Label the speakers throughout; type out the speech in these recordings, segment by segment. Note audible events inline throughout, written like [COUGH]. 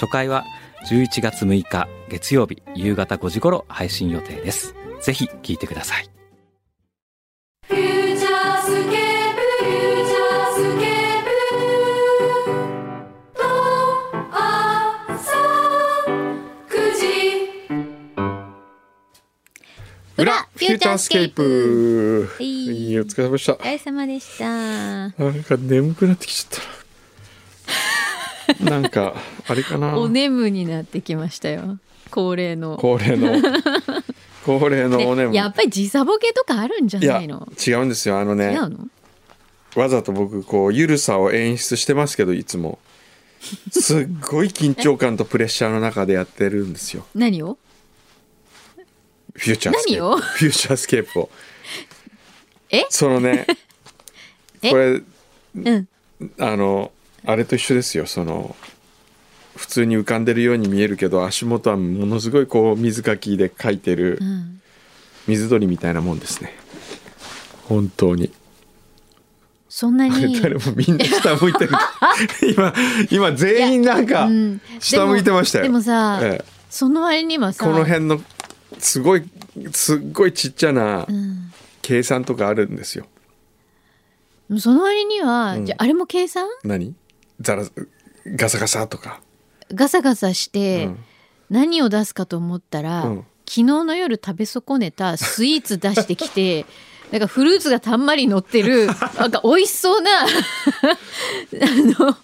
Speaker 1: 初回は11月6日月曜日夕方5時頃配信予定ですぜひ聞いてください
Speaker 2: 「フューチャースケープフューチャースケープル」「とあさ9時」
Speaker 3: 裏フューチャースケープ
Speaker 4: はい
Speaker 3: いいお疲れ様でした
Speaker 4: お疲れ様でした。
Speaker 3: なんか眠くなってきちゃ [LAUGHS] ったななんかあれかな
Speaker 4: お眠になってきましたよ。恒例の。
Speaker 3: 恒例 [LAUGHS] の恒例のおねむ
Speaker 4: でやっぱり時差ボケとかあるんじゃ
Speaker 3: いや
Speaker 4: ないの
Speaker 3: 違うんですよあの
Speaker 4: 違
Speaker 3: ね
Speaker 4: うの
Speaker 3: わざと僕こうゆるさを演出してますけどいつもすっごい緊張感とプレッシャーの中でやってるんですよ
Speaker 4: 何を
Speaker 3: フューチャースケ
Speaker 4: 何
Speaker 3: ー
Speaker 4: を
Speaker 3: プフューチャースケープを
Speaker 4: え
Speaker 3: そのね
Speaker 4: [LAUGHS] え
Speaker 3: これ
Speaker 4: うん。
Speaker 3: あのあれと一緒ですよその普通に浮かんでるように見えるけど足元はものすごいこう水かきで描いてる
Speaker 4: ん
Speaker 3: 水鳥みたいなもんですね本当に
Speaker 4: そんな
Speaker 3: あれ
Speaker 4: に。
Speaker 3: [LAUGHS] 誰もみんな下向い
Speaker 4: [LAUGHS]
Speaker 3: てる今今全員なんか
Speaker 4: うん
Speaker 3: 下向いてましたよ
Speaker 4: でもでもさ、
Speaker 3: ええ
Speaker 4: その割にはさ、
Speaker 3: この辺のすごいすっごいちっちゃな計算とかあるんですよ
Speaker 4: その割には、じゃああれも計算
Speaker 3: 何ザラガサガサとか
Speaker 4: ガサガサして、
Speaker 3: うん
Speaker 4: 何を出すかと思ったら、
Speaker 3: うん
Speaker 4: 昨日の夜食べ損ねたスイーツ出してきて [LAUGHS] なんかフルーツがたんまり乗って
Speaker 3: [LAUGHS]
Speaker 4: るなんか美味しそうな [LAUGHS] あの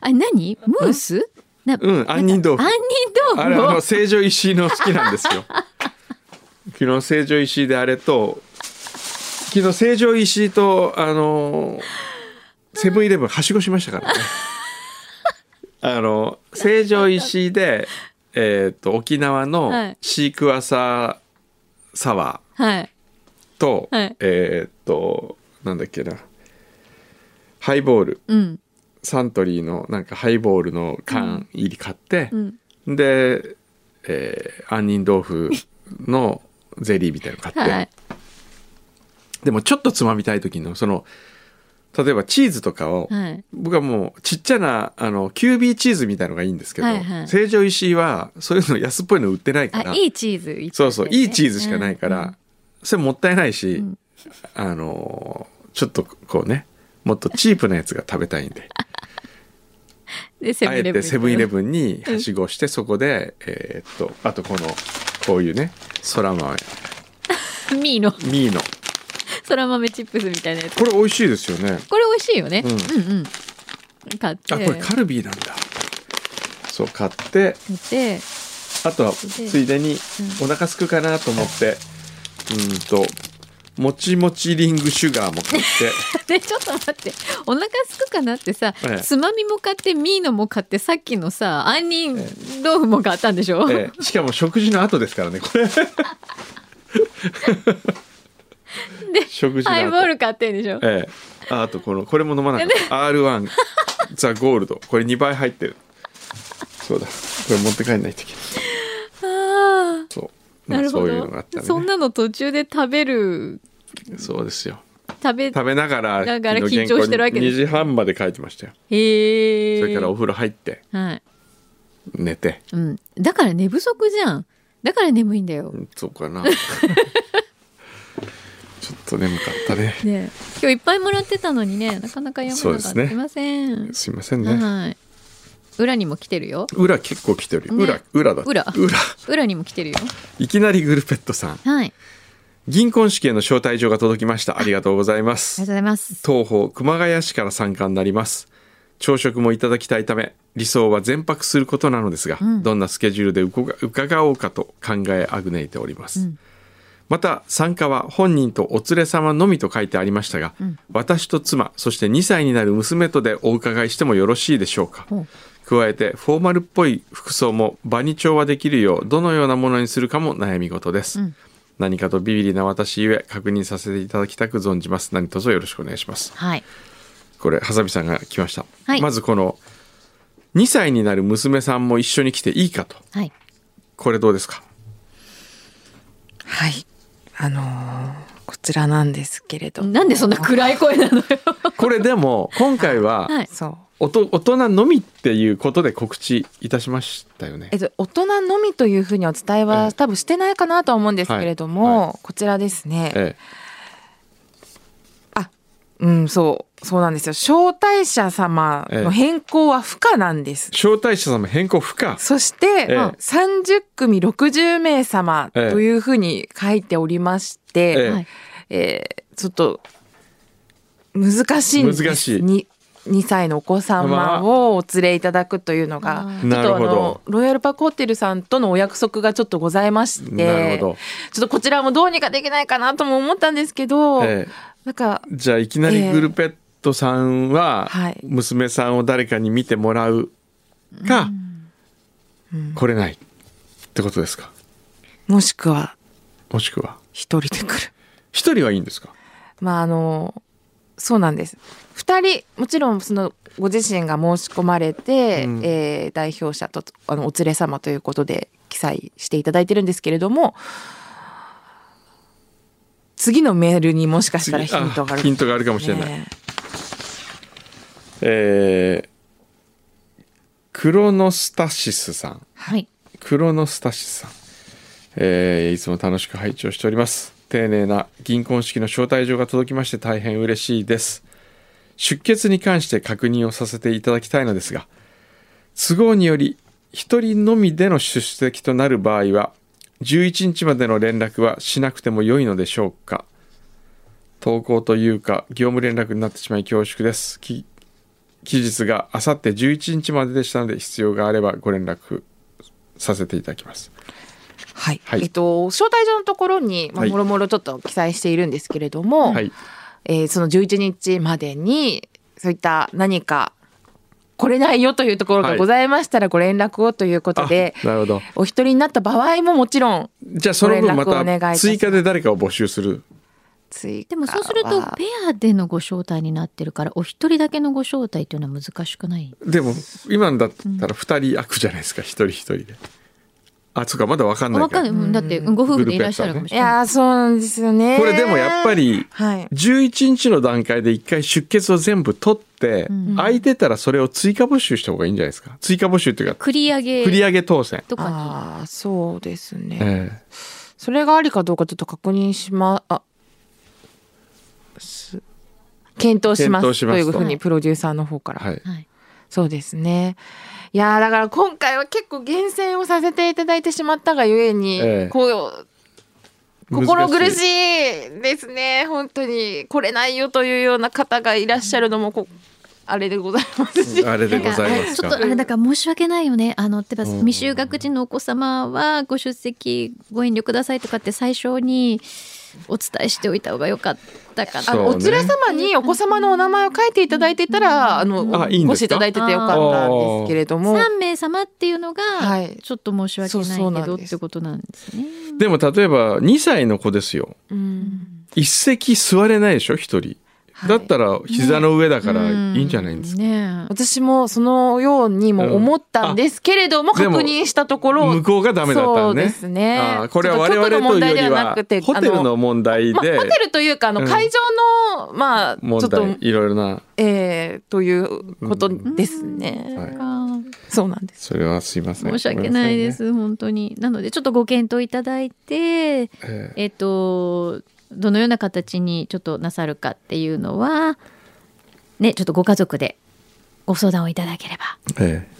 Speaker 4: あ何ムースな
Speaker 3: うん杏仁豆腐
Speaker 4: 杏仁
Speaker 3: あれあ
Speaker 4: 豆
Speaker 3: の
Speaker 4: 腐
Speaker 3: 成城石井の好きなんです
Speaker 4: [LAUGHS]
Speaker 3: よ昨日成城石井であれと昨日成城石井とあのセブンイレブンはしごしましたから
Speaker 4: [LAUGHS]
Speaker 3: ねあの成城石井でえっと沖縄
Speaker 4: は
Speaker 3: の
Speaker 4: い
Speaker 3: シークワーサーサワー
Speaker 4: はい
Speaker 3: と、
Speaker 4: はい
Speaker 3: えっとなんだっけなハイボール
Speaker 4: うん
Speaker 3: サントリーのなんかハイボールの缶入り買って、
Speaker 4: うん
Speaker 3: で、えー、杏仁豆腐のゼリーみたいなの買って、
Speaker 4: はい
Speaker 3: でもちょっとつまみたい時のその例えばチーズとかを、
Speaker 4: はい
Speaker 3: 僕はもうちっちゃなあのキュービーチーズみたいのがいいんですけど、
Speaker 4: はいはい
Speaker 3: 成城石井はそういうの安っぽいの売ってないから
Speaker 4: あいいチーズいっぱい
Speaker 3: そうそう
Speaker 4: ね
Speaker 3: いいチーズしかないから、
Speaker 4: うん
Speaker 3: それもったいないし、
Speaker 4: ん
Speaker 3: あのーちょっとこうねもっとチープなやつが食べたいんで。
Speaker 4: でセ
Speaker 3: あ
Speaker 4: ブンイ
Speaker 3: え
Speaker 4: レブ
Speaker 3: て
Speaker 4: ン
Speaker 3: セブンイレブンにはしごしてそこで、えーっとあとこのこういうねそら豆
Speaker 4: ミーの
Speaker 3: ミーノ
Speaker 4: そら豆チップスみたいなやつ
Speaker 3: これ美味しいですよね
Speaker 4: これ美味しいよね、
Speaker 3: うん
Speaker 4: うん、うん買って
Speaker 3: あこれカルビーなんだそう買っ
Speaker 4: 買
Speaker 3: て
Speaker 4: って
Speaker 3: あとはついでにお腹すくかなと思ってうーんともちもちリングシュガーも買って
Speaker 4: でちょっと待ってお腹すくかなってさ、
Speaker 3: ええ
Speaker 4: つまみも買ってミーノも買ってさっきのさ杏仁豆腐も買ったんでしょ、 [LAUGHS]
Speaker 3: えーしかも食事の後ですからねこれ
Speaker 4: で
Speaker 3: 食事の
Speaker 4: ハ
Speaker 3: 後
Speaker 4: イボール買ってんでしょ、
Speaker 3: ええああとこのこれも飲まなかった R1 ザ・ゴールドこれ2倍入ってるそうだこれ持って帰んないといけない
Speaker 4: あ
Speaker 3: そう、
Speaker 4: あなるほ
Speaker 3: そう
Speaker 4: ど
Speaker 3: いうのがあったね
Speaker 4: そんなの途中で食べる
Speaker 3: そうですよ
Speaker 4: 食べ
Speaker 3: 食べながら
Speaker 4: だから
Speaker 3: 昨日原稿
Speaker 4: 緊張してるわけです
Speaker 3: 2時半まで書いてましたよ
Speaker 4: へえ
Speaker 3: それからお風呂入って
Speaker 4: はい、
Speaker 3: 寝て
Speaker 4: うん、だから寝不足じゃんだから眠いんだよ、
Speaker 3: うんそう
Speaker 4: [LAUGHS]
Speaker 3: かなちょっと眠かったね
Speaker 4: ね今日いっぱいもらってたのにねなかなか読むのが
Speaker 3: そうですね
Speaker 4: できません、
Speaker 3: すいませんね
Speaker 4: はい裏にも来てるよ
Speaker 3: 裏結構来てるよ
Speaker 4: ね
Speaker 3: 裏裏だって
Speaker 4: 裏
Speaker 3: 裏
Speaker 4: 裏にも来てるよ
Speaker 3: いきなりグルペットさん
Speaker 4: はいあり
Speaker 3: 銀婚式への招待状が届きましたありがとうございま
Speaker 4: がとう
Speaker 3: す
Speaker 4: ございます
Speaker 3: 東方熊谷市から参加になります朝食もいただきたいため理想は全泊することなのですが、どんなスケジュールでうこが伺おうかと考えあぐねいております、また参加は本人とお連れ様のみと書いてありましたが、私と妻そして2歳になる娘とでお伺いしてもよろしいでしょうか
Speaker 4: ほう
Speaker 3: 加えてフォーマルっぽい服装も場に調和できるようどのようなものにするかも悩み事です、何かとビビりな私ゆえ確認させていただきたく存じます何卒よろしくお願いします
Speaker 4: はい。
Speaker 3: これハサミさんが来ました、
Speaker 4: はい
Speaker 3: まずこの2歳になる娘さんも一緒に来ていいかと
Speaker 4: はい。
Speaker 3: これどうで
Speaker 4: [LAUGHS]
Speaker 3: すか
Speaker 5: はい。あのーこちらなんですけれど。
Speaker 4: なんでそんな暗い声な
Speaker 5: [LAUGHS]
Speaker 4: のよ。
Speaker 3: これでも今回
Speaker 4: [LAUGHS]
Speaker 3: は
Speaker 4: はい。
Speaker 5: そう。
Speaker 3: おと大人のみっていうことで告知いたしましたよね
Speaker 5: えっと、大人のみというふうにお伝え
Speaker 3: ええ
Speaker 5: は多分してないかなとは思うんですけれども、
Speaker 3: はいは
Speaker 5: こちらですね、
Speaker 3: え
Speaker 5: うんそうそうなんですよ招待者様の変更は不可なんです、
Speaker 3: え、招待者様変更不可
Speaker 5: そして、
Speaker 3: ええ
Speaker 5: 30組60名様
Speaker 3: ええ
Speaker 5: というふうに書いておりまして、
Speaker 4: はい。
Speaker 5: えーちょっと難しいんです
Speaker 3: 難しい
Speaker 5: に2歳のお子様をお連れいただくというのが、
Speaker 4: あ
Speaker 3: ー
Speaker 5: ちょっと
Speaker 3: な
Speaker 5: あ
Speaker 3: るほど
Speaker 5: のロイヤルパークホテルさんとのお約束がちょっとございまして
Speaker 3: なるほど、
Speaker 5: ちょっとこちらもどうにかできないかなとも思ったんですけど、
Speaker 3: ええ、
Speaker 5: なんか
Speaker 3: じゃあいきなりグルペットさんは
Speaker 5: ええはい
Speaker 3: 娘さんを誰かに見てもらうか、来れないってことですか
Speaker 5: もしくは
Speaker 3: もしくは
Speaker 5: 一人で来る。
Speaker 3: 一人はいいんですか
Speaker 5: まああのそうなんです。二人もちろんそのご自身が申し込まれて、
Speaker 3: うん
Speaker 5: えー代表者とあのお連れ様ということで記載していただいてるんですけれども。次のメールにもしかしたらヒントがある
Speaker 3: あヒントがあるかもしれない
Speaker 5: ね
Speaker 3: えー、クロノスタシスさん
Speaker 4: はい。
Speaker 3: クロノスタシスさん、えーいつも楽しく拝聴しております丁寧な銀婚式の招待状が届きまして大変嬉しいです出欠に関して確認をさせていただきたいのですが都合により1人のみでの出席となる場合は11日までの連絡はしなくても良いのでしょうか投稿というか業務連絡になってしまい恐縮ですき期日があさって11日まででしたので必要があればご連絡させていただきます。
Speaker 5: はい、
Speaker 3: はい
Speaker 5: えっと招待状のところに、まあ、
Speaker 3: はい
Speaker 5: もろもろちょっと記載しているんですけれども、
Speaker 3: はい、
Speaker 5: えーその11日までにそういった何か来れないよというところ
Speaker 3: は
Speaker 5: が
Speaker 3: い
Speaker 5: ございましたらご連絡をということで、
Speaker 3: あなるほど
Speaker 5: お一人になった場合ももちろん
Speaker 3: じゃあその
Speaker 5: ご
Speaker 3: 分
Speaker 5: 連絡
Speaker 3: ま
Speaker 5: をお願い
Speaker 3: た
Speaker 5: いたします
Speaker 3: 追加で誰かを募集する。
Speaker 5: 追加
Speaker 4: でもそうすると
Speaker 5: は
Speaker 4: ペアでのご招待になってるからお一人だけのご招待っていうのは難しくない。
Speaker 3: でも今のだったら2人開くじゃないですか、一人一人で。あそうかまだ分かんない
Speaker 4: わか
Speaker 3: か
Speaker 4: ん
Speaker 3: ら。
Speaker 4: ないうん。だってご夫婦でいらっしゃるかもし
Speaker 5: い
Speaker 4: れない。
Speaker 5: やーそうなんですよね
Speaker 3: これでもやっぱり
Speaker 5: はい
Speaker 3: 11日の段階で1回出血を全部取って、空いてたらそれを追加募集した方がいいんじゃないですか追加募集っていうか
Speaker 4: 繰り上げ
Speaker 3: 繰り上げ当選。
Speaker 4: とか
Speaker 5: ああそうですね、
Speaker 3: え
Speaker 5: それがありかどうかちょっと確認しまあす検討します
Speaker 3: 検討します
Speaker 5: と
Speaker 3: と
Speaker 5: いうふうにプロデューサーの方から、
Speaker 3: えはい
Speaker 4: に。はい。
Speaker 5: そうですね。いやーだから今回は結構厳選をさせていただいてしまったがゆえに、
Speaker 3: ええ
Speaker 5: こう心苦し
Speaker 3: い
Speaker 5: いですね本当に来れないよというような方がいらっしゃるのもこあれでございますし、
Speaker 3: あれでございます
Speaker 4: ちょ
Speaker 3: か
Speaker 4: っとあれだから申し訳ないよねあの例えば
Speaker 3: うん
Speaker 4: 未就学児のお子様はご出席ご遠慮くださいとかって最初にお伝えしておいた方が良かったかな
Speaker 5: あのお
Speaker 3: そうね
Speaker 5: 連れ様にお子様のお名前を書いていただいていたらあの
Speaker 3: あいいんで
Speaker 5: お越し
Speaker 3: す
Speaker 5: い
Speaker 3: か
Speaker 5: ただいててよかったんですけれども。
Speaker 4: 3名様っていうのが
Speaker 5: はい
Speaker 4: ちょっと申し訳ない
Speaker 5: そうそう
Speaker 4: け
Speaker 5: な
Speaker 4: ど
Speaker 5: ん
Speaker 4: っ
Speaker 5: です
Speaker 4: てことなんですね。
Speaker 3: でも例えば2歳の子ですよ
Speaker 5: うん
Speaker 3: 一席座れないでしょ一人、
Speaker 5: はい
Speaker 3: だったら膝の上だからいいんじゃないんですか、
Speaker 4: ねえ
Speaker 5: 私もそのようにも思ったんですけれども、
Speaker 3: うんあでも
Speaker 5: 確認したところ
Speaker 3: 向こうがダメだったらね
Speaker 5: そうですね
Speaker 3: ああこれは我
Speaker 5: ちょっ
Speaker 3: 々
Speaker 5: と
Speaker 3: というより
Speaker 5: ちょっとの問題ではな
Speaker 3: は
Speaker 5: くて
Speaker 3: ホテルの問題
Speaker 5: まあ、ホ
Speaker 3: で
Speaker 5: テルというかあの
Speaker 3: うん
Speaker 5: 会場の、まあちょ
Speaker 3: 問
Speaker 5: っと
Speaker 3: 題いろいろな
Speaker 5: えー、ということです
Speaker 3: ん
Speaker 5: ね、
Speaker 3: はい
Speaker 5: そうなんです
Speaker 3: それはすいません
Speaker 4: 申し訳ないで、す、本当になのでちょっとご検討いただいて
Speaker 3: ごめんなさいねええ
Speaker 4: えっとどのような形にちょっとなさるかっていうのはねちょっとご家族でご相談をいただければ
Speaker 3: ええ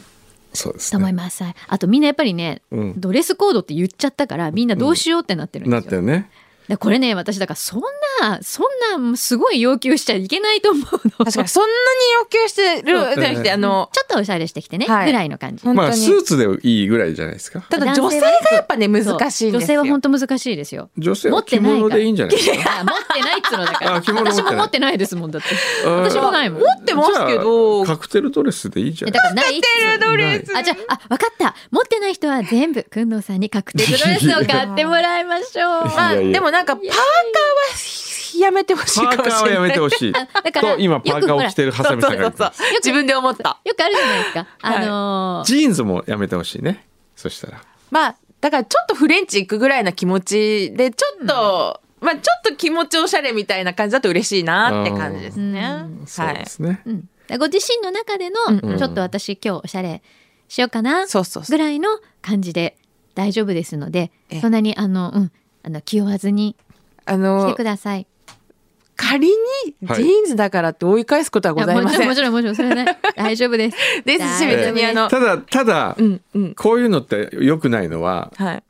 Speaker 3: そうです
Speaker 4: と思い
Speaker 3: ね
Speaker 4: ます、はいあとみんなやっぱりね、
Speaker 3: うん
Speaker 4: ドレスコードって言っちゃったからみんなどうしようってなってるん
Speaker 3: な
Speaker 4: で
Speaker 3: っ
Speaker 4: す
Speaker 3: た
Speaker 4: よ、
Speaker 3: よね
Speaker 4: でこれね私だからそんなそんなすごい要求しちゃいけないと思うの
Speaker 5: 確かにそんなに要求してるじゃなくてあの
Speaker 4: [LAUGHS] ちょっとおしゃれしてきてね、
Speaker 5: はい
Speaker 4: ぐらいの感じ
Speaker 5: 本当に、
Speaker 3: まあスーツでいいぐらいじゃないですか
Speaker 5: ただ
Speaker 4: 男
Speaker 5: 女
Speaker 4: 性
Speaker 5: 性
Speaker 4: は
Speaker 5: が
Speaker 4: ね
Speaker 5: やっぱね難しいんですよ
Speaker 4: 女性は本当難しいです
Speaker 5: [LAUGHS]
Speaker 4: よ
Speaker 3: 女性
Speaker 4: 持
Speaker 3: は
Speaker 4: って
Speaker 3: 着
Speaker 4: ないから
Speaker 3: 物でいいんじゃないですか
Speaker 4: いや持ってないっつうのだから
Speaker 3: あ着物持って
Speaker 4: 私も
Speaker 3: ない
Speaker 4: 持ってないですもんだって
Speaker 3: うん
Speaker 4: 私もないもん
Speaker 5: 持ってますけど
Speaker 3: じゃあカクテルドレスでいいじゃ
Speaker 4: え
Speaker 3: ない
Speaker 4: だからないっつうの
Speaker 5: ドレス
Speaker 4: あじゃああ分かった持ってない人は全部くんのさんにカクテルドレスを買ってもらいましょう
Speaker 5: まあ
Speaker 3: いやいや
Speaker 5: でもなんかパーカーはやめてほしい
Speaker 3: パー
Speaker 5: か
Speaker 3: カ
Speaker 5: も
Speaker 3: ー
Speaker 5: し
Speaker 3: は
Speaker 5: れ
Speaker 3: や
Speaker 5: ない
Speaker 3: めてほしい
Speaker 4: あだから
Speaker 3: と今パーカーを着てるハサミさんが言ってます
Speaker 5: そう自分で思った
Speaker 4: よくあるじゃないですかあのー
Speaker 3: ジーンズもやめてほしいねそしたら
Speaker 5: まあだからちょっとフレンチ行くぐらいな気持ちでちょっと、まあちょっと気持ちおしゃれみたいな感じだと嬉しいなって感じですね。
Speaker 3: そう
Speaker 5: はい
Speaker 3: で。すね、
Speaker 4: うん、ご自身の中での、
Speaker 3: うん
Speaker 4: ちょっと私今日おしゃれしようかな
Speaker 5: そうそうそう
Speaker 4: ぐらいの感じで大丈夫ですので
Speaker 5: ええ
Speaker 4: そんなにあの、うん、あの気負わずに
Speaker 5: あ
Speaker 4: 来て
Speaker 5: の
Speaker 4: ください。
Speaker 5: 仮にジ
Speaker 3: はい
Speaker 5: ーンズだからって追い返すことはございません。
Speaker 4: やもちろんもちろんもちろんそれは
Speaker 3: [LAUGHS]
Speaker 4: ね大丈夫です。
Speaker 5: ですし
Speaker 4: 大
Speaker 5: 別
Speaker 4: 丈夫
Speaker 5: にあの
Speaker 3: ただただ、
Speaker 5: うんうん
Speaker 3: こういうのって良くないのは
Speaker 5: はい。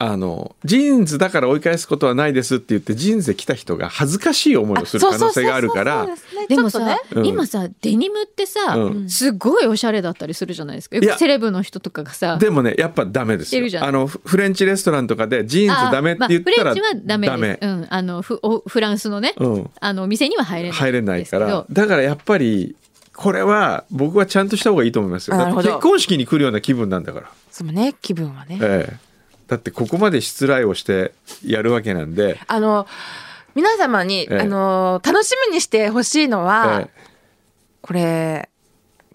Speaker 3: あのジーンズだから追い返すことはないですって言ってジーンズで来た人が恥ずかしい思いをする可能性があるから
Speaker 5: そうそうそうそう
Speaker 4: でも
Speaker 5: す
Speaker 4: さ、
Speaker 5: ね
Speaker 3: うん
Speaker 4: 今さデニムってさ、
Speaker 3: うん
Speaker 4: すごいおしゃれだったりするじゃないですかよ
Speaker 3: い
Speaker 4: く
Speaker 3: や
Speaker 4: セレブの人とかがさ
Speaker 3: でもねやっぱダメです
Speaker 4: して
Speaker 3: よ
Speaker 4: るじゃん
Speaker 3: あのフフレンチレストランとかでジーンズダメって言ったら
Speaker 4: あまあ、フレンチはダメです、うん、あのフおフランスのね、
Speaker 3: うん
Speaker 4: あのお店には入れない
Speaker 3: 入れないか
Speaker 4: ですけ
Speaker 3: ら
Speaker 4: ど
Speaker 3: だからやっぱりこれは僕はちゃんとした方がいいと思いますよ
Speaker 5: な
Speaker 3: だ
Speaker 5: る
Speaker 3: って
Speaker 5: ほど
Speaker 3: 結婚式に来るような気分なんだから、
Speaker 5: そうね気分はね。
Speaker 3: ええ、だってここまで失礼をしてやるわけなんで、
Speaker 5: あの皆様
Speaker 3: え
Speaker 5: に、
Speaker 3: え
Speaker 5: あの楽しみにしてほしいのは、
Speaker 3: え
Speaker 5: これ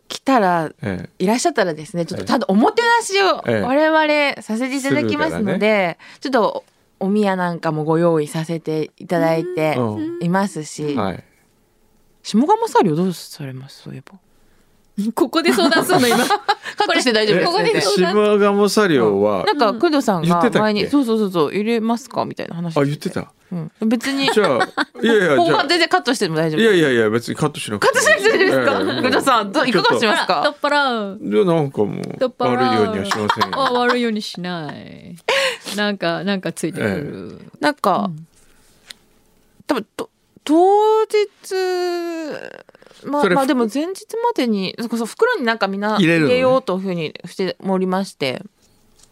Speaker 5: 来たら
Speaker 3: えええ
Speaker 5: いらっしゃったらですねちょっとただおもてなしを
Speaker 3: ええ
Speaker 5: 我々させていただきますので、
Speaker 3: するか
Speaker 5: ちょっとお宮なんかもご用意させていただいて
Speaker 3: うん
Speaker 5: いますし、
Speaker 3: はい、
Speaker 5: 下鴨サリオどうされますそういえば
Speaker 4: ここで相談するの今
Speaker 5: カットして大丈夫です
Speaker 4: ここで
Speaker 5: 全然
Speaker 4: 相
Speaker 3: シ
Speaker 4: 談
Speaker 3: マガモサリオは、
Speaker 5: なんか工藤さん
Speaker 3: 言ってた
Speaker 5: が
Speaker 3: っけ
Speaker 5: 前にそうそうそうそう入れますかみたいな話
Speaker 3: あ言ってた
Speaker 5: うん、別に
Speaker 3: じゃあいやい [LAUGHS] や
Speaker 5: こ
Speaker 3: じ
Speaker 5: こ
Speaker 3: ゃ
Speaker 5: は
Speaker 3: あ
Speaker 5: 全然カットしても大丈夫
Speaker 3: いやいやいや別にカットしなく
Speaker 5: カットしなくていいですか、
Speaker 3: ええ
Speaker 5: 工藤さんどういかがします
Speaker 4: あら
Speaker 5: か
Speaker 4: 太っ腹
Speaker 3: じゃあなんかも
Speaker 4: 太っ
Speaker 3: う
Speaker 4: 腹
Speaker 3: 悪いようにはしません
Speaker 4: あ
Speaker 3: よ
Speaker 4: 悪いようにしないなんかなんかついてくる、
Speaker 5: なんか、多分と当日まあ
Speaker 3: それ
Speaker 5: まあでも前日までにそこそ袋になんかみんな
Speaker 3: 入
Speaker 5: 入
Speaker 3: れるのね
Speaker 5: れようというふうにしておりまして、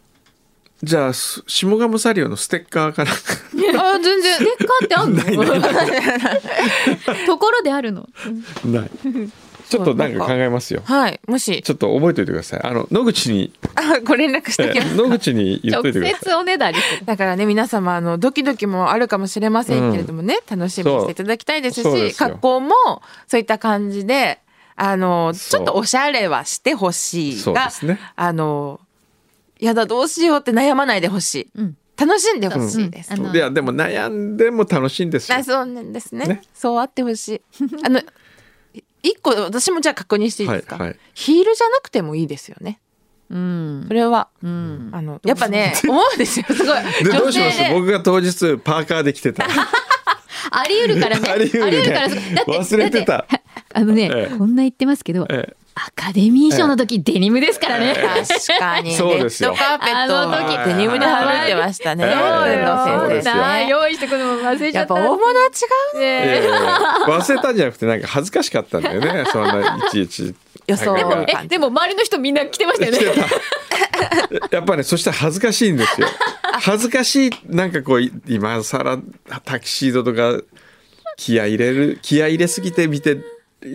Speaker 3: [LAUGHS] じゃあす下鴨サリオのステッカー
Speaker 5: [LAUGHS]
Speaker 3: から
Speaker 5: あ
Speaker 3: [LAUGHS]
Speaker 5: 全然
Speaker 4: ステッカーってあんの [LAUGHS] ところであるの
Speaker 3: ないちょっとなんか考えますよ
Speaker 5: [LAUGHS] はいもし
Speaker 3: ちょっと覚えておいてくださいあの野口に
Speaker 5: あご連絡して
Speaker 3: え
Speaker 5: きます
Speaker 3: え野口に言っ
Speaker 4: 直
Speaker 3: といてください
Speaker 4: 接おねだりする
Speaker 5: だからね皆様あのドキドキもあるかもしれませんけれどもね、楽しみにしていただきたいですし
Speaker 3: そうそうですよ
Speaker 5: 格好もそういった感じであのち
Speaker 3: そう
Speaker 5: ょっとおしゃれはしてほしい
Speaker 3: そうで
Speaker 5: が、
Speaker 3: すね
Speaker 5: あのやだどうしようって悩まないでほしい、
Speaker 4: うん
Speaker 5: 楽しんでほしいです、
Speaker 4: うんあの
Speaker 3: いやでも悩んでも楽しいんですよ
Speaker 5: あそうなんですね
Speaker 3: ね
Speaker 5: そうあってほしいあのい一個私もじゃあ確認していいですか、
Speaker 3: はいはい
Speaker 5: ヒールじゃなくてもいいですよね
Speaker 4: うん
Speaker 5: それは、
Speaker 4: うん
Speaker 5: あのやっぱね思うんですよすごい
Speaker 3: でど
Speaker 5: 女
Speaker 3: うし
Speaker 5: 性
Speaker 3: ます
Speaker 5: で
Speaker 3: 僕が当日パーカーで来て
Speaker 5: [LAUGHS]
Speaker 3: た
Speaker 4: あり得るからね
Speaker 3: [LAUGHS] あり得るね
Speaker 4: あからだって
Speaker 3: 忘れてた
Speaker 4: だってあのね、
Speaker 3: ええ
Speaker 4: こんな言ってますけど、
Speaker 3: ええ
Speaker 4: アカデミー賞の時、デニムですからね、
Speaker 5: 確かに
Speaker 3: そうですよ
Speaker 5: レッドカーペット
Speaker 4: あの時
Speaker 5: をデニムで羽織ってましたね、
Speaker 3: ええそうですよ
Speaker 5: 工藤
Speaker 4: なあ
Speaker 5: 先生
Speaker 4: 用意してくのも忘れちゃ
Speaker 5: や
Speaker 4: っ
Speaker 5: ったぱ大物は違うね
Speaker 3: いやい
Speaker 4: ね
Speaker 3: やいや忘れたんじゃなくてなんか恥ずかしかったんだよねそんないちいち
Speaker 5: 予想
Speaker 3: なんか
Speaker 5: え
Speaker 4: えでも周りの人みんな来てましたよね
Speaker 3: してた [LAUGHS] やっぱねそしたら恥ずかしいんです
Speaker 5: [LAUGHS]
Speaker 3: よ恥ずかしいなんかこうい今更タキシードとか気合い入れる気合い入れすぎて見て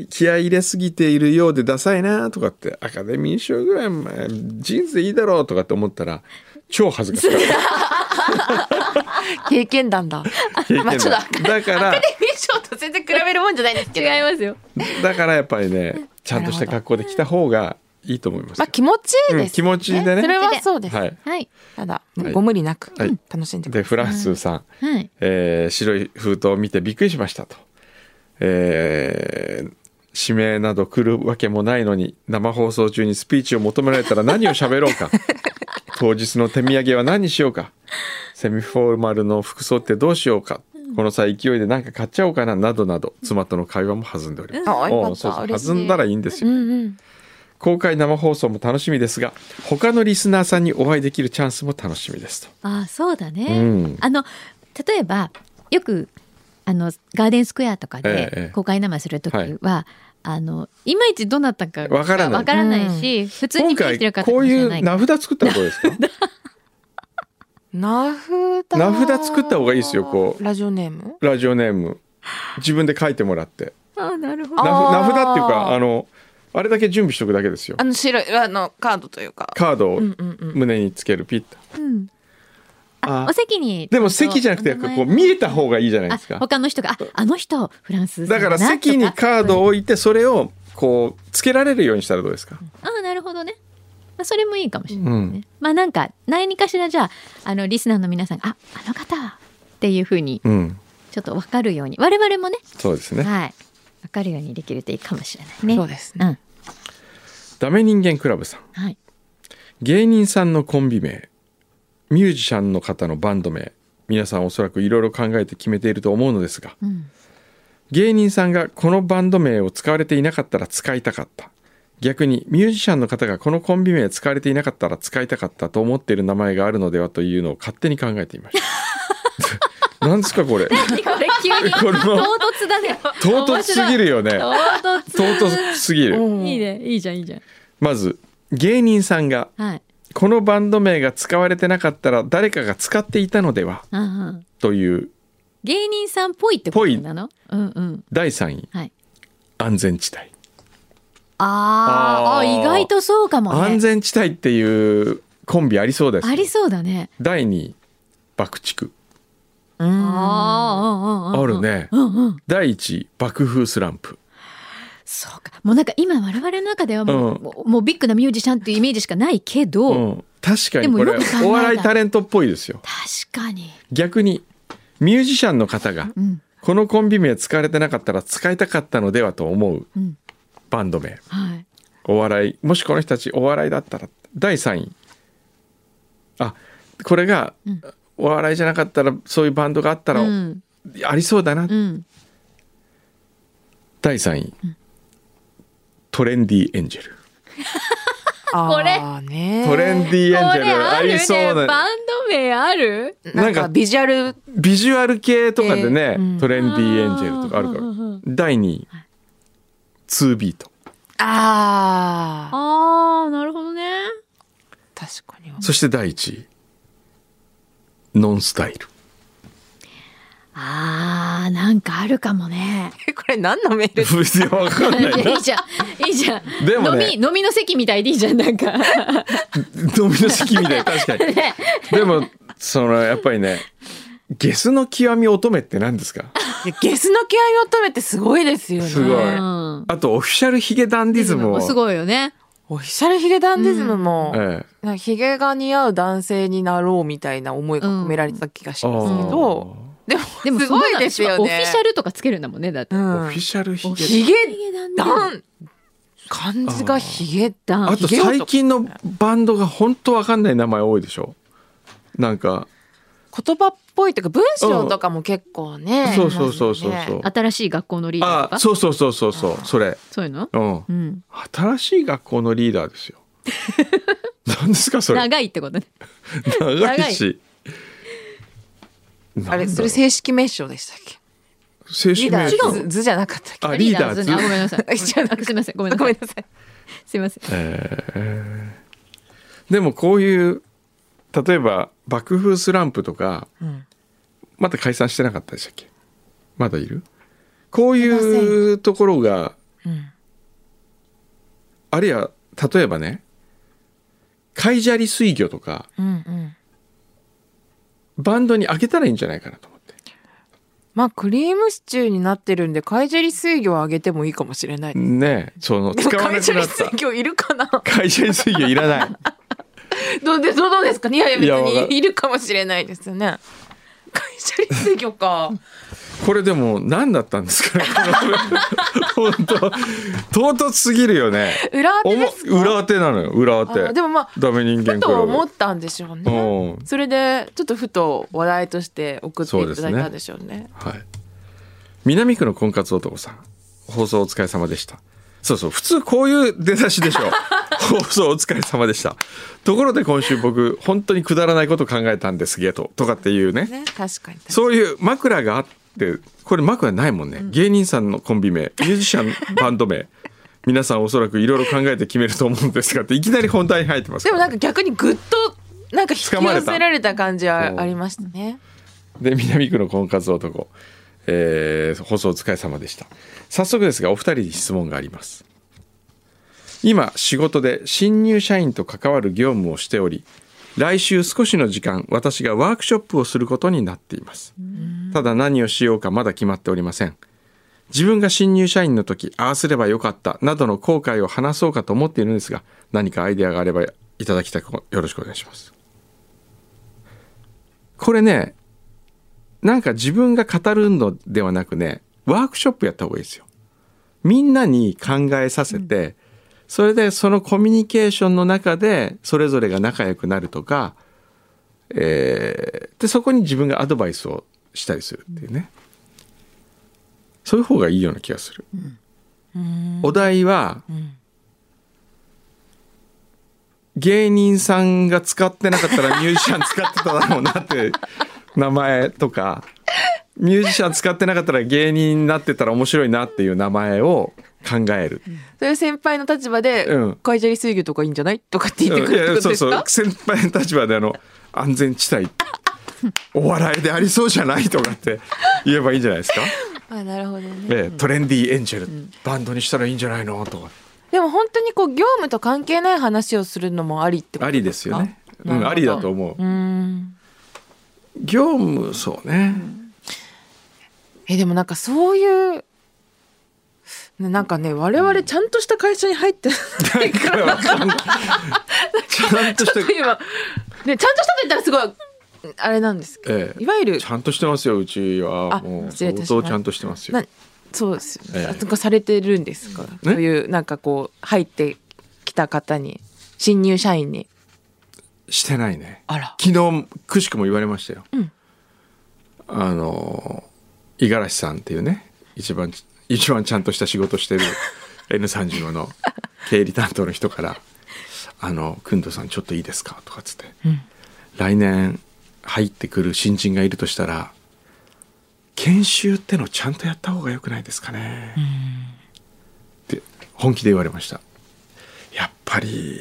Speaker 3: 気合い入れすぎているようでダサいなとかってアカデミー賞ぐらい前人生いいだろうとかって思ったら超恥ずかしかった
Speaker 5: 経験談だ
Speaker 3: 経験
Speaker 5: [LAUGHS] まあちょっと
Speaker 3: 談だから
Speaker 5: ミッションと全然比べるもんじゃないんですけ
Speaker 4: 違い
Speaker 5: ど
Speaker 4: ますよ
Speaker 3: だからやっぱりねちゃんとした格好で来た方がいいと思いますよ
Speaker 5: まあ気持ちいいです、ね
Speaker 3: うん気持ちいいでね
Speaker 5: それはそうです、
Speaker 3: はい
Speaker 4: はい
Speaker 5: ただ
Speaker 3: はい
Speaker 5: ご無理なく
Speaker 3: はい
Speaker 5: 楽しんでくだ
Speaker 3: でフランスさん、
Speaker 4: はい
Speaker 3: えー白い封筒を見てびっくりしましたと、えー指名など来るわけもないのに生放送中にスピーチを求められたら何を喋ろうか当日の手土産は何にしようかセミフォーマルの服装ってどうしようかこの際勢いで何か買っちゃおうかななどなど妻との会話も弾んでおります、
Speaker 5: さいあよか
Speaker 3: おう
Speaker 5: った
Speaker 3: そうそう
Speaker 5: 嬉しい
Speaker 3: 弾んだらいいんですよ、
Speaker 5: うんうん
Speaker 3: 公開生放送も楽しみですが他のリスナーさんにお会いできるチャンスも楽しみですと
Speaker 4: あそうだね、
Speaker 3: うん
Speaker 4: あの例えばよくあのガーデンスクエアとか
Speaker 3: えええ
Speaker 4: で
Speaker 3: え
Speaker 4: 公開生する時は、
Speaker 3: はい
Speaker 4: あのいまいちどなたか
Speaker 3: わからない
Speaker 4: わからないし、普通に
Speaker 3: 今
Speaker 4: 見てる方
Speaker 3: 回こ
Speaker 4: かも
Speaker 3: う
Speaker 4: し
Speaker 3: い
Speaker 4: れな
Speaker 3: う
Speaker 4: いけど
Speaker 3: 名札作ったらどうですか
Speaker 5: 名札
Speaker 3: 名札作った方がいいですよこう
Speaker 5: ラジオネーム
Speaker 3: ラジオネーム自分で書いてもらって
Speaker 4: あーなるほ
Speaker 3: 名
Speaker 4: ど
Speaker 3: 札
Speaker 5: あー
Speaker 3: 名札っていうかあのあれだけ準備しとくだけですよ
Speaker 5: あの白いあのカードというか
Speaker 3: カードを
Speaker 5: うんうんうん
Speaker 3: 胸につけるピッと、
Speaker 4: うん
Speaker 3: あ
Speaker 4: お席に
Speaker 3: でも席じゃなくて
Speaker 4: お名前
Speaker 3: こう見えた方がいいじゃないです
Speaker 4: あ
Speaker 3: か
Speaker 4: 他の人がああの人フランス
Speaker 3: だから席にカードを置いてそれをこうつけられるようにしたらどうですか、
Speaker 4: ああなるほどね、まあ、それもいいかもしれない、
Speaker 3: うん
Speaker 4: ねまあなんか何かしらじゃああのリスナーの皆さんがああの方はっていうふうに
Speaker 3: うん、
Speaker 4: ちょっと分かるように我々もね
Speaker 3: そうですね
Speaker 4: はい分かるようにできるといいかもしれないね
Speaker 5: そうですね
Speaker 4: うん
Speaker 3: ダメ人間クラブさん
Speaker 4: はい、
Speaker 3: 芸人さんのコンビ名ミュージシャンの方のバンド名皆さんおそらくいろいろ考えて決めていると思うのですが
Speaker 4: うん、
Speaker 3: 芸人さんがこのバンド名を使われていなかったら使いたかった逆にミュージシャンの方がこのコンビ名を使われていなかったら使いたかったと思っている名前があるのではというのを勝手に考えていました [LAUGHS] 何ですかこれ
Speaker 4: これ急に [LAUGHS] 唐
Speaker 3: この
Speaker 4: 突だね
Speaker 3: [LAUGHS] 唐突すぎるよね
Speaker 4: 唐
Speaker 3: 唐
Speaker 4: 突
Speaker 3: 突すぎ
Speaker 4: い
Speaker 3: る
Speaker 4: いねいいじゃんいいじゃん
Speaker 3: まず芸人さんが
Speaker 4: はい
Speaker 3: このバンド名が使われてなかったら誰かが使っていたのでは
Speaker 4: ああ
Speaker 3: という
Speaker 4: 芸人さんっぽいってことなのうんうん
Speaker 3: 第3位
Speaker 4: はい
Speaker 3: 安全地帯
Speaker 4: あーあ
Speaker 3: あー
Speaker 4: 意外とそうかもね
Speaker 3: 安全地帯っていうコンビありそうです
Speaker 4: ありそうだね
Speaker 3: 第2位爆竹
Speaker 4: ああ
Speaker 3: あるね
Speaker 4: うんうん
Speaker 3: 第1位爆風スランプ
Speaker 4: そうかもうなんか今我々の中ではもう,、
Speaker 3: うん
Speaker 4: もうもうビッグなミュージシャンっていうイメージしかないけど、
Speaker 3: うん確かにこ
Speaker 4: でも
Speaker 3: れ
Speaker 4: よく考えた
Speaker 3: お笑いタレントっぽいですよ
Speaker 4: 確かに、
Speaker 3: 逆にミュージシャンの方が
Speaker 4: うん
Speaker 3: このコンビ名使われてなかったら使いたかったのではと思う
Speaker 4: うん
Speaker 3: バンド名
Speaker 4: はい、
Speaker 3: お笑いもしこの人たちお笑いだったら第3位あこれが
Speaker 4: ん
Speaker 3: お笑いじゃなかったらそういうバンドがあった
Speaker 4: う
Speaker 3: ら
Speaker 4: ん
Speaker 3: ありそうだな、
Speaker 4: うん、
Speaker 3: 第3位、トレンディエンジェル
Speaker 5: こ
Speaker 4: れ
Speaker 5: ね
Speaker 3: トレンディエンジ
Speaker 4: こ
Speaker 3: ェ
Speaker 4: れ
Speaker 3: ル
Speaker 4: あ
Speaker 3: あ
Speaker 4: る
Speaker 3: りそう
Speaker 4: ね
Speaker 3: な
Speaker 4: バンド名ある
Speaker 5: なん
Speaker 3: な
Speaker 5: か
Speaker 3: んか
Speaker 5: ビジュアル
Speaker 3: ビジュアル系とかでね、
Speaker 5: えーうん
Speaker 3: トレンディエンジェルとかあるから第2位2ビート
Speaker 5: ああ
Speaker 4: あーなるほどね
Speaker 5: 確か [LAUGHS] に
Speaker 3: そして第1位ノンスタイル
Speaker 4: あーなんかあるかもね
Speaker 5: これ何のメール
Speaker 3: [LAUGHS] 別にわかんないい
Speaker 4: [LAUGHS] やい
Speaker 3: ない
Speaker 4: じゃんいいじゃん
Speaker 3: でもね
Speaker 4: 飲み飲みの席みたいでいいじゃんなんか
Speaker 3: 飲みの席みたい確かに
Speaker 4: ね
Speaker 3: でもそのやっぱりねゲスの極み乙女って何ですか
Speaker 5: いやゲスの気合を止めてすごいですよね。
Speaker 3: すごい
Speaker 4: うん
Speaker 3: あとオフィシャルヒゲダンディズムを
Speaker 4: すごいよね
Speaker 5: オフィシャルヒゲダンディズムも、
Speaker 3: ええ
Speaker 5: なんかヒゲが似合う男性になろうみたいな思いが込められてた気がしますけど、でも
Speaker 4: でも
Speaker 5: すごいですよね。
Speaker 4: オフィシャルとかつけるんだもんねだって、
Speaker 5: う
Speaker 3: あー
Speaker 5: ん
Speaker 3: オフィシャルヒゲ
Speaker 5: ヒゲ
Speaker 4: ダ
Speaker 5: ダ
Speaker 4: ン
Speaker 5: ン漢字がヒゲダン。
Speaker 4: ダン
Speaker 3: あと最近のバンドが本当わかんない名前多いでしょなんか
Speaker 5: 言葉っぽいというか文章とかも結構ね。
Speaker 3: そうそうそうそう
Speaker 5: あります
Speaker 3: そ
Speaker 5: よ
Speaker 3: う
Speaker 5: ね
Speaker 4: 新しい学校のリーダーと
Speaker 3: あ
Speaker 4: か
Speaker 3: そうそうそうそうそうそれ
Speaker 4: そういうの
Speaker 3: うん
Speaker 4: うん
Speaker 3: 新しい学校のリーダーですよ何ですかそれ
Speaker 4: 長いってことね
Speaker 3: 長いし
Speaker 5: あれそれ正式名称でしたっけ？
Speaker 3: 正
Speaker 5: リ
Speaker 3: 式
Speaker 5: ーダ
Speaker 3: 名
Speaker 5: ー
Speaker 3: 称
Speaker 5: 図図じゃなかったっけ？
Speaker 3: あリーダー
Speaker 4: ズ
Speaker 3: ズ
Speaker 4: ねあごめんなさい
Speaker 5: [LAUGHS] 一応なんか
Speaker 4: すいませんごめんな
Speaker 5: ご
Speaker 4: さ
Speaker 5: め
Speaker 4: い
Speaker 5: んなさい。
Speaker 4: すいません
Speaker 3: でもこういう例えば爆風スランプとか、
Speaker 5: ん
Speaker 3: まだ解散してなかったでしたっけまだいるこう
Speaker 5: いませ
Speaker 3: いうところが、
Speaker 5: ん
Speaker 3: あるいは例えばね海砂利水魚とか
Speaker 5: うんうん。
Speaker 3: バンドにあげたらいいんじゃないかなと思って
Speaker 5: まあクリームシチューになってるんでカイジェリ水魚をあげてもいいかもしれない。
Speaker 3: ねえその
Speaker 5: で
Speaker 3: 使わ
Speaker 5: もカ
Speaker 3: な
Speaker 5: イジ
Speaker 3: く
Speaker 5: ェ
Speaker 3: な
Speaker 5: リ
Speaker 3: った
Speaker 5: 水魚いる
Speaker 3: [LAUGHS]
Speaker 5: かな？
Speaker 3: 海砂利水魚いらない
Speaker 5: どうでどうどうですかね？いやい
Speaker 3: いや
Speaker 5: や
Speaker 3: わ
Speaker 5: 別
Speaker 3: かる
Speaker 5: にいるかもしれないですよね。カイジェリ水魚か。
Speaker 3: これでも何だったんですかね [LAUGHS] この本当唐突すぎるよね
Speaker 5: 裏当
Speaker 3: お
Speaker 5: て
Speaker 3: も
Speaker 5: ですか？
Speaker 3: 裏当てなのよ裏当
Speaker 5: あ
Speaker 3: て
Speaker 5: でもまあ
Speaker 3: ダメ人
Speaker 5: ふ
Speaker 3: 間
Speaker 5: と思
Speaker 3: ク
Speaker 5: ったんでしょう
Speaker 3: ラブ
Speaker 5: ね。
Speaker 3: うん
Speaker 5: それでちょっとふと話題として送っていただいたんでしょうね。
Speaker 3: はい南区の婚
Speaker 5: [LAUGHS]
Speaker 3: 活男さん放送お疲れ様でしたそうそう普通こういう出だしでしょ放送お疲れ様でしたところで今週僕本当にくだらないこと考えたんですゲートとかっていうね
Speaker 5: ね、確かに。
Speaker 3: そういう枕があってこれ枕ないもんね芸人さんのコンビ名ミュージシャンバンド名皆さんおそらくいろいろ考えて決めると思うんですがっていきなり本題に入ってます
Speaker 5: で
Speaker 3: か
Speaker 5: も
Speaker 3: ら
Speaker 5: なんか逆にぐっと、なんか引き
Speaker 3: 掴まれ
Speaker 5: 寄
Speaker 3: た
Speaker 5: せられた感じはありましたね。
Speaker 3: で南区の婚活男、えー放送お疲れ様でした早速ですがお二人に質問があります今仕事で新入社員と関わる業務をしており来週少しの時間私がワークショップをすることになっていますただ何をしようかまだ決まっておりません自分が新入社員の時ああすればよかったなどの後悔を話そうかと思っているんですが何かアイデアがあればいただきたくよろしくお願いしますこれねなんか自分が語るのではなくね、ワークショップやった方がいいですよ。みんなに考えさせて、それでそのコミュニケーションの中で、それぞれが仲良くなるとか、えーで、そこに自分がアドバイスをしたりするっていうね。そういう方がいいような気がする。お題は、芸人さんが使ってなかったらミュージシャン使ってただろうなって名前とかミュージシャン使ってなかったら芸人になってたら面白いなっていう名前を考える。
Speaker 5: そういう先輩の立場で、
Speaker 3: うん
Speaker 5: 海砂利水魚とかいいんじゃないとかって言ってく
Speaker 3: い
Speaker 5: るって
Speaker 3: や
Speaker 5: こと
Speaker 3: そう
Speaker 5: です
Speaker 3: そう
Speaker 5: か
Speaker 3: 先輩の立場であの安全地帯お笑いでありそうじゃないとかって言えばいいんじゃないですか、
Speaker 5: あなるほどね。
Speaker 3: ええトレンディエンジェル、バンドにしたらいいんじゃないのとか
Speaker 5: でも本当にこう業務と関係ない話をするのもありってこと
Speaker 3: ありですよね、う
Speaker 5: なるほ
Speaker 3: ん、
Speaker 5: ど
Speaker 3: ありだと思う、
Speaker 5: うん。
Speaker 3: 業務そうね、
Speaker 5: えでもなんかそういうねなんかね我々ちゃんとした会社に入ってないから
Speaker 3: [LAUGHS] ちゃんとした
Speaker 5: 今ねちゃんとしたと言ったらすごいあれなんですけど、
Speaker 3: ええ
Speaker 5: いわゆる
Speaker 3: ちゃんとしてますようちは
Speaker 5: あ
Speaker 3: もう
Speaker 5: 失
Speaker 3: 相
Speaker 5: 礼いたしました
Speaker 3: 当ちゃんとしてますよ
Speaker 5: なそうですよね
Speaker 3: ええ
Speaker 5: あとかされてるんですか、そういうなんかこう入ってきた方に新入社員に
Speaker 3: してないね
Speaker 5: あら
Speaker 3: 昨日くしくも言われましたよ、
Speaker 5: ん
Speaker 3: あの五十嵐さんっていうね一番一番ちゃんとした仕事して
Speaker 5: [LAUGHS]
Speaker 3: る N35 の経理担当の人から「あのくんどさんちょっといいですか?」とかっつって、来年入ってくる新人がいるとしたら研修ってのちゃんとやった方がよくないですかね、って本気で言われましたやっぱり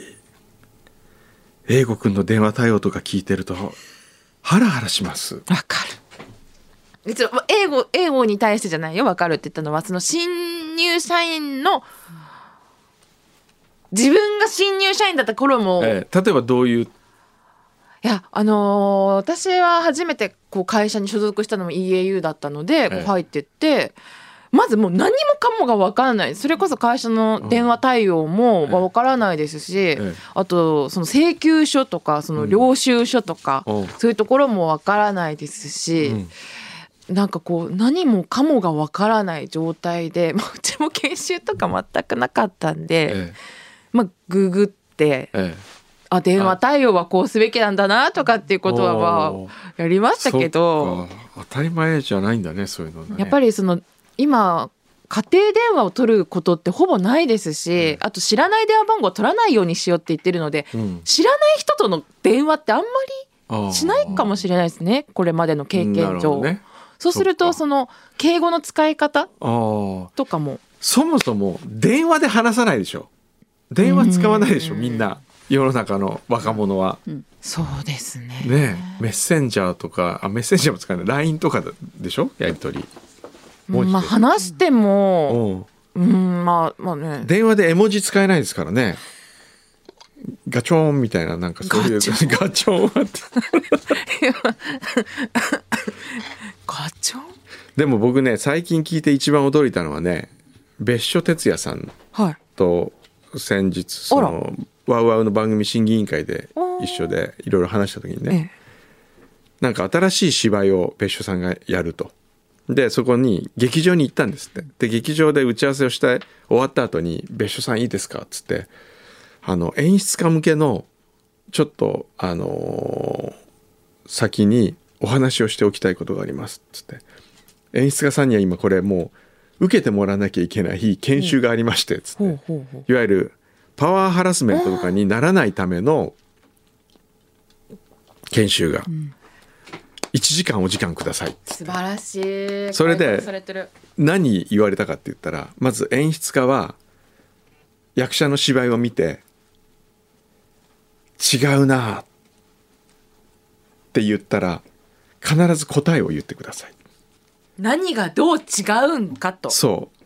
Speaker 3: 英語くんの電話対応とか聞いてるとハラハラします
Speaker 5: わかる。ちょ英語英語に対してじゃないよわかるって言ったのはその新入社員の自分が新入社員だった頃も、
Speaker 3: ええ例えばどういう
Speaker 5: いやあのー私は初めてこう会社に所属したのも EAU だったのでこ
Speaker 3: ええ
Speaker 5: う入ってって。まずもう何もかもが分からないそれこそ会社の電話対応も分からないですし、
Speaker 3: え
Speaker 5: あとその請求書とかその領収書とか、
Speaker 3: おう
Speaker 5: そういうところも分からないですし、なんかこう何もかもがわからない状態で、 [LAUGHS] まあ、うちも研修とか全くなかったんで、
Speaker 3: え
Speaker 5: まあググって
Speaker 3: ええ
Speaker 5: あ電話対応はこうすべきなんだなとかっていうことは
Speaker 3: お
Speaker 5: ま
Speaker 3: ー
Speaker 5: あやりましたけ
Speaker 3: そ
Speaker 5: ど
Speaker 3: っ、か当たり前じゃないんだねそういうのね
Speaker 5: やっぱりその今家庭電話を取ることってほぼないですし、あと知らない電話番号を取らないようにしようって言ってるので、
Speaker 3: うん
Speaker 5: 知らない人との電話ってあんまりしないかも
Speaker 3: し
Speaker 5: しれないですねこれまでの経験上。
Speaker 3: ね、
Speaker 5: そうす
Speaker 3: そ
Speaker 5: る
Speaker 3: っ
Speaker 5: と
Speaker 3: か
Speaker 5: その敬語の使い方
Speaker 3: あー
Speaker 5: とかも
Speaker 3: そもそも電話で話さないでしょ電話使わないでしょみんな世の中の若者は
Speaker 5: そうですね。
Speaker 3: ねえメッセンジャーとかあメッセンジャーも使わない LINE とかでしょやり取り文字で
Speaker 5: まあ話しても、
Speaker 3: うん
Speaker 5: うん、まあまあね。
Speaker 3: 電話で絵文字使えないですからねガチョーンみたいななんかそういう
Speaker 5: ガ
Speaker 3: ガ
Speaker 5: チ
Speaker 3: チョーンって
Speaker 5: 課長
Speaker 3: でも僕ね最近聞いて一番驚いたのはね別所哲也さん
Speaker 5: はい。
Speaker 3: と先日そのワウワウの番組審議委員会で一緒でいろいろ話した時にね
Speaker 5: え
Speaker 3: なんか新しい芝居を別所さんがやるとでそこに劇場に行ったんですってで劇場で打ち合わせをして終わった後に「別所さんいいですか?」っつってあの演出家向けのちょっとあのー先にお話をしておきたいことがありますっつって演出家さんには今これもう受けてもらわなきゃいけない研修がありましてっつって、
Speaker 5: ほうほうほう。
Speaker 3: いわゆるパワーハラスメントとかにならないための研修が、1時間お時間ください
Speaker 5: 素晴らしい
Speaker 3: それで
Speaker 5: されてる
Speaker 3: 何言われたかって言ったらまず演出家は役者の芝居を見て「違うな」って言ったら必ず答えを言ってください。
Speaker 5: 何がどう違うんかと
Speaker 3: そう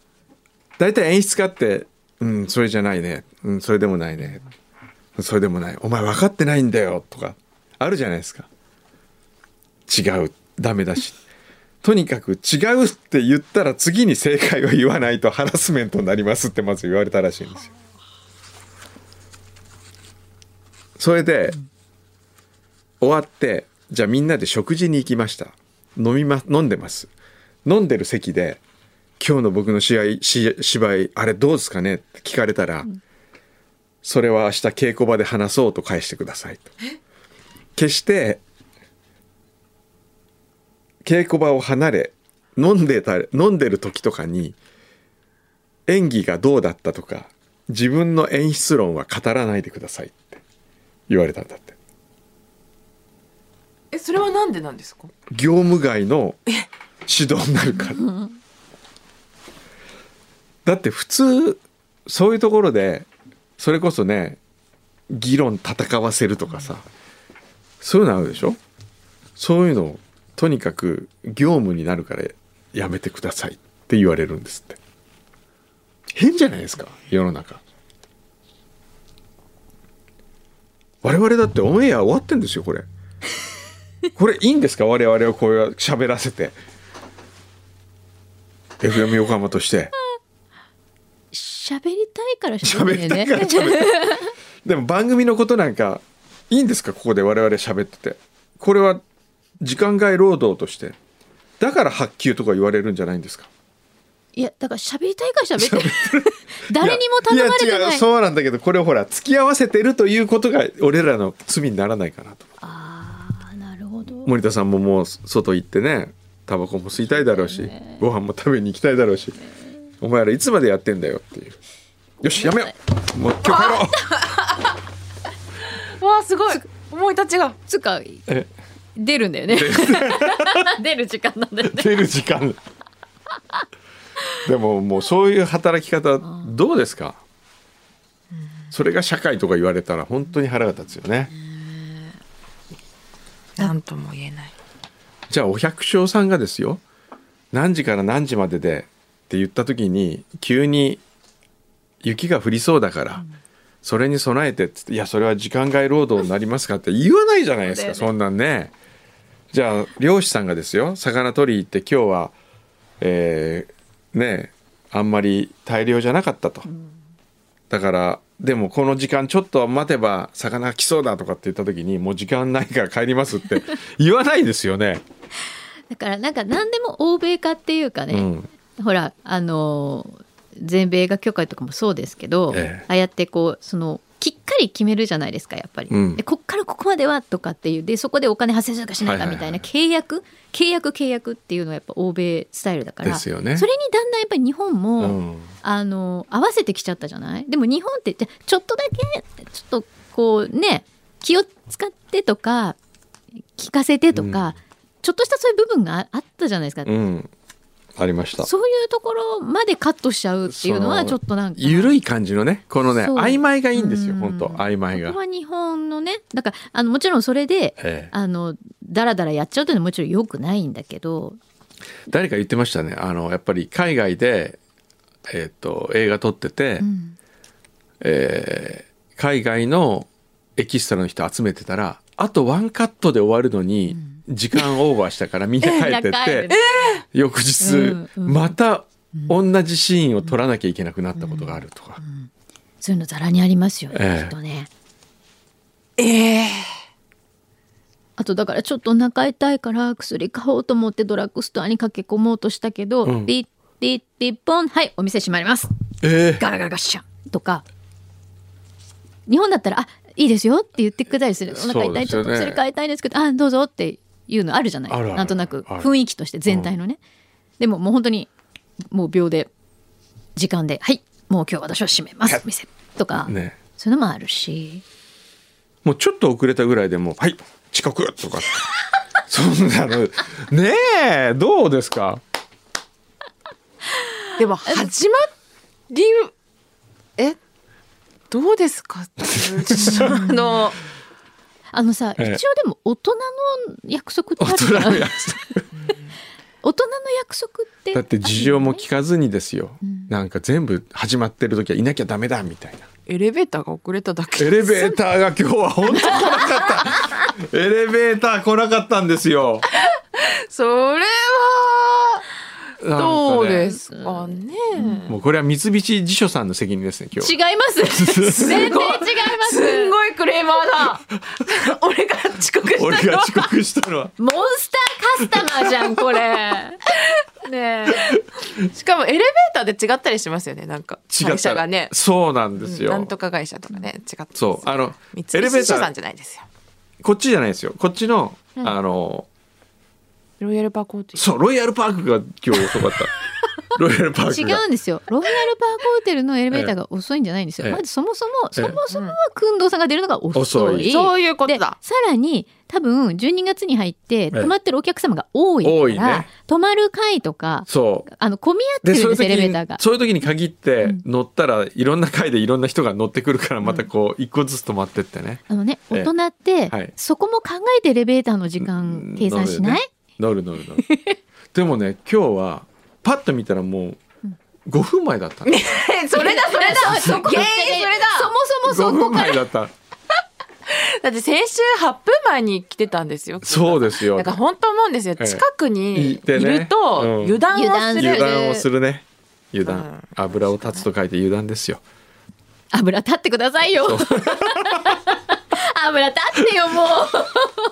Speaker 3: 大体演出家って「うんそれじゃないね」うん「それでもないね」「それでもない」「お前分かってないんだよ」とかあるじゃないですか違うダメだし [LAUGHS] とにかく違うって言ったら次に正解を言わないとハラスメントになりますってまず言われたらしいんですよそれで終わってじゃあみんなで食事に行きました飲みま飲んでます飲んでる席で今日の僕の試合し芝居あれどうですかねって聞かれたら、それは明日稽古場で話そうと返してくださいと決して稽古場を離れ飲んでた飲んでる時とかに演技がどうだったとか自分の演出論は語らないでくださいって言われたんだって
Speaker 5: えそれはなんでなんですか
Speaker 3: 業務外の指導になるから。だって普通そういうところでそれこそね議論戦わせるとかさそういうのあるでしょそういうのをとにかく業務になるからやめてくださいって言われるんですって変じゃないですか世の中我々だってオンエア終わってんですよこれこれいいんですか我々をこういう喋らせて FM 横浜として
Speaker 4: 喋りたいから喋
Speaker 3: 喋
Speaker 4: る
Speaker 3: り
Speaker 4: んだよ
Speaker 3: たいから
Speaker 4: ね。
Speaker 3: 喋るでも番組のことなんかいいんですかここで我々喋っててこれは時間外労働としてだから発給とか言われるんじゃないんですか
Speaker 4: いやだから喋りたいから喋って [LAUGHS] る。誰にも頼まれて
Speaker 3: や
Speaker 4: な
Speaker 3: や違。
Speaker 4: いう
Speaker 3: そうなんだけどこれをほら付き合わせてるということが俺らの罪にならないかなと
Speaker 4: ああなるほど。
Speaker 3: 森田さんももう外行ってねタバコも吸いたいだろうしご飯も食べに行きたいだろうしお前らいつまでやってんだよっていうよしやめようもう今日帰ろう
Speaker 5: わあすごい思い立ちが
Speaker 4: つうか
Speaker 3: え
Speaker 4: 出るんだよね。 [LAUGHS] 出る時間なんだよ
Speaker 3: [LAUGHS]
Speaker 4: ね。
Speaker 3: 出る時間でももうそういう働き方どうですかそれが社会とか言われたら本当に腹が立つよね
Speaker 5: なんとも言えない
Speaker 3: じゃあお百姓さんがですよ何時から何時まででって言った時に急に雪が降りそうだから、それに備えてっつって「いやそれは時間外労働になりますか」って言わないじゃないですかそ,、んなんね。じゃあ漁師さんがですよ魚取り行って今日はえーねあんまり大量じゃなかったと。だからでもこの時間ちょっと待てば魚が来そうだとかって言った時にもう時間ないから帰りますって言わないですよね。
Speaker 4: だからなんか何でも欧米化っていうかね。
Speaker 3: うん
Speaker 4: ほらあのー全米映画協会とかもそうですけど、
Speaker 3: ええ
Speaker 4: ああやってこうそのきっかり決めるじゃないですかやっぱり、
Speaker 3: うん
Speaker 4: でこっからここまではとかっていうでそこでお金発生するかしない
Speaker 3: は
Speaker 4: か
Speaker 3: いは
Speaker 4: み
Speaker 3: いは
Speaker 4: た
Speaker 3: い
Speaker 4: いな契約、契約契約っていうのはやっぱ欧米スタイルだから
Speaker 3: ですよね
Speaker 4: それにだんだんやっぱり日本も、
Speaker 3: うん
Speaker 4: あの合わせてきちゃったじゃないでも日本ってじゃあちょっとだけちょっとこうね気を使ってとか聞かせてとか、ちょっとしたそういう部分がああったじゃないですか、
Speaker 3: うん、ありました。
Speaker 4: そういうところまでカットしちゃうっていうのはちょっとなんか。
Speaker 3: ゆるい感じのね、このね、
Speaker 4: そう
Speaker 3: 曖昧がいいんですよ、
Speaker 4: うん
Speaker 3: 本当曖昧が
Speaker 4: ここ。は日本のねだからあのもちろんそれで、
Speaker 3: ええ
Speaker 4: あのだらだらやっちゃうというのはもちろん良くないんだけど
Speaker 3: 誰か言ってましたね、あの、やっぱり海外で。えっ、と、映画撮ってて、
Speaker 4: ん
Speaker 3: えー海外のエキストラの人集めてたら。あとワンカットで終わるのに、時間オーバーし
Speaker 4: [LAUGHS]
Speaker 3: たから、みんな帰ってっ
Speaker 4: 帰る
Speaker 3: て。 [LAUGHS] 翌日、
Speaker 4: うんうん
Speaker 3: また同じシーンを撮らなきゃいけなくなったことがあるとか。
Speaker 4: そういうのざらにありますよね、
Speaker 3: ええ
Speaker 4: きっとね。
Speaker 5: ええ
Speaker 4: あとだからちょっとお腹痛いから薬買おうと思ってドラッグストアに駆け込もうとしたけど、
Speaker 3: うん
Speaker 4: リッリッリッポンはいお店閉まります
Speaker 3: え
Speaker 4: ガラガラガッシャンとか日本だったら「あいいですよ」って言ってくれたりするお腹
Speaker 3: そう
Speaker 4: 痛
Speaker 3: で
Speaker 4: い
Speaker 3: す
Speaker 4: ちょ
Speaker 3: よ
Speaker 4: っ
Speaker 3: ね
Speaker 4: と薬買いたいですけど「あどうぞ」っていうのあるじゃない
Speaker 3: あるある
Speaker 4: なんとなく
Speaker 3: ある
Speaker 4: 雰囲気として全体のね、でももう本当にもう秒で時間で「はいもう今日私は閉めます店」とか、
Speaker 3: えね。
Speaker 4: そういうのもあるし
Speaker 3: もうちょっと遅れたぐらいでもうはい遅刻とか [LAUGHS] そんなのねえどうですか
Speaker 5: でも始まりえどうですかちょっとあ
Speaker 3: [LAUGHS]
Speaker 5: の
Speaker 4: あのさ、
Speaker 3: ええ
Speaker 4: 一応でも大人の約束って
Speaker 3: 大
Speaker 4: ある
Speaker 3: 人
Speaker 4: じゃん
Speaker 3: のやつ
Speaker 4: 大人の約束って
Speaker 3: [LAUGHS] だって事情も聞かずにですよ、
Speaker 4: ん
Speaker 3: なんか全部始まってる時はいなきゃダメだみたいな
Speaker 5: エレベーターが遅れただけ
Speaker 3: エレベーターが今日は本当来なか
Speaker 5: [LAUGHS]
Speaker 3: ったエレベーター来なかったんですよ
Speaker 5: それは
Speaker 3: なんかね
Speaker 5: どうですかね、
Speaker 3: もうこれは三菱地所さんの責任ですね今
Speaker 4: 違
Speaker 5: [LAUGHS]
Speaker 3: 日
Speaker 4: います。全然違います。
Speaker 5: すんごいクレーマ
Speaker 3: [LAUGHS]
Speaker 5: ーだ俺が遅刻
Speaker 3: 俺
Speaker 5: した
Speaker 3: が
Speaker 5: の
Speaker 3: 遅刻したのは
Speaker 4: モンスターカスタマーじゃん、これ。ねえ。
Speaker 5: しかもエレベーターで違ったりしますよねなんか
Speaker 3: 違っ
Speaker 5: 会
Speaker 3: た
Speaker 5: 社がね
Speaker 3: そうなんですよ、
Speaker 5: なんとか会社とかね違ったりする
Speaker 3: そうあの
Speaker 5: 三
Speaker 3: エレベ
Speaker 5: 菱
Speaker 3: ータ
Speaker 5: 社さ
Speaker 3: ー
Speaker 5: んじゃないですよ
Speaker 3: こっちじゃないですよこっちの、あの
Speaker 5: ロイヤルパーコート
Speaker 3: そうロイヤルパークが今日遅かった
Speaker 4: [LAUGHS]
Speaker 3: ロイヤルパー
Speaker 4: 違
Speaker 3: クが
Speaker 4: うんですよ。ロイヤルパークホテルのエレベーターが遅いんじゃないんですよ。
Speaker 3: ええ
Speaker 4: まずそもそも、
Speaker 3: ええ
Speaker 4: そもそもは、くんどうさんが出るのが遅い。
Speaker 3: 遅い
Speaker 5: そういうことだ
Speaker 4: でさらに、多分、12月に入って、泊まってるお客様が多い
Speaker 3: 多い
Speaker 4: から、
Speaker 3: ね
Speaker 4: 泊まる回とか、
Speaker 3: そう
Speaker 4: あの、混み合
Speaker 3: で
Speaker 4: ってる
Speaker 3: そ
Speaker 4: ん
Speaker 3: う
Speaker 4: で
Speaker 3: いう
Speaker 4: す、
Speaker 3: 時
Speaker 4: エレベーター
Speaker 3: に
Speaker 4: が。
Speaker 3: そういう時に限って乗ったらいろんな階でいろんな人が乗ってくるからまたこう一個ずつ止まってってね
Speaker 4: あのね、
Speaker 3: ええ
Speaker 4: 大人って、
Speaker 3: はい
Speaker 4: そこも考えてエレベーターの時間計算しない、
Speaker 3: 乗る乗る乗 [LAUGHS] るでもね今日はパッと見たらもう5分前だったね
Speaker 5: [LAUGHS] えそれだそれだ
Speaker 4: そこ
Speaker 5: 原因それだ
Speaker 4: そもそもそ
Speaker 3: 5
Speaker 4: こ
Speaker 3: 分
Speaker 4: から
Speaker 3: 前だった
Speaker 5: だって先週8分前に来てたんですよ
Speaker 3: そうですよ
Speaker 5: だから本当思うんですよ
Speaker 3: ええ
Speaker 5: 近くにい
Speaker 3: いてね
Speaker 5: ると
Speaker 3: うん
Speaker 5: 油断をす
Speaker 4: 油
Speaker 3: 油
Speaker 5: る
Speaker 3: 断をするね油断、
Speaker 5: う
Speaker 3: 油を断つと書いて油断ですよ
Speaker 4: 油立ってくださいよ。 [LAUGHS] 油立ってよもう。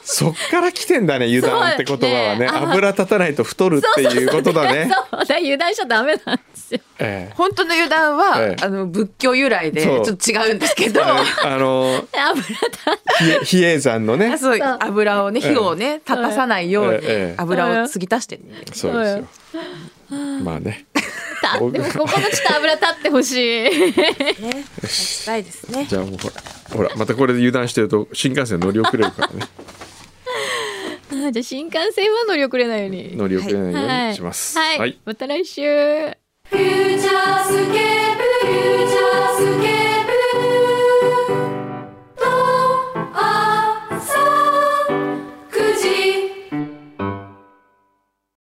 Speaker 3: そっから来てんだね油断って言葉はね
Speaker 4: そうねあ
Speaker 3: 油立たないと太るっていうことだね
Speaker 4: [LAUGHS] そうだ油断しちゃダメなんですよ。
Speaker 3: ええ
Speaker 5: 本当の油断は、
Speaker 3: ええ
Speaker 5: あの仏教由来でち
Speaker 3: そ
Speaker 5: ょ
Speaker 3: う
Speaker 5: っと違うんですけど
Speaker 3: あの
Speaker 4: 油立って
Speaker 3: 比叡比叡山のね
Speaker 5: [LAUGHS] そう
Speaker 4: そう
Speaker 5: 油をね火をね立たさないよう
Speaker 3: ええええ
Speaker 5: に油を継ぎ足してね
Speaker 3: そうですよまあね
Speaker 4: 立ってここもちょっと油立ってほしい。 [LAUGHS]
Speaker 5: したいですね
Speaker 3: じゃあもうほらほらまたこれで油断してると新幹線乗り遅れるからね
Speaker 4: あじゃあ新幹線は乗り遅れないように。
Speaker 3: 乗り遅れないよう
Speaker 4: は
Speaker 3: に
Speaker 4: い
Speaker 3: します
Speaker 4: はい、また来週。
Speaker 2: フューチャースケープ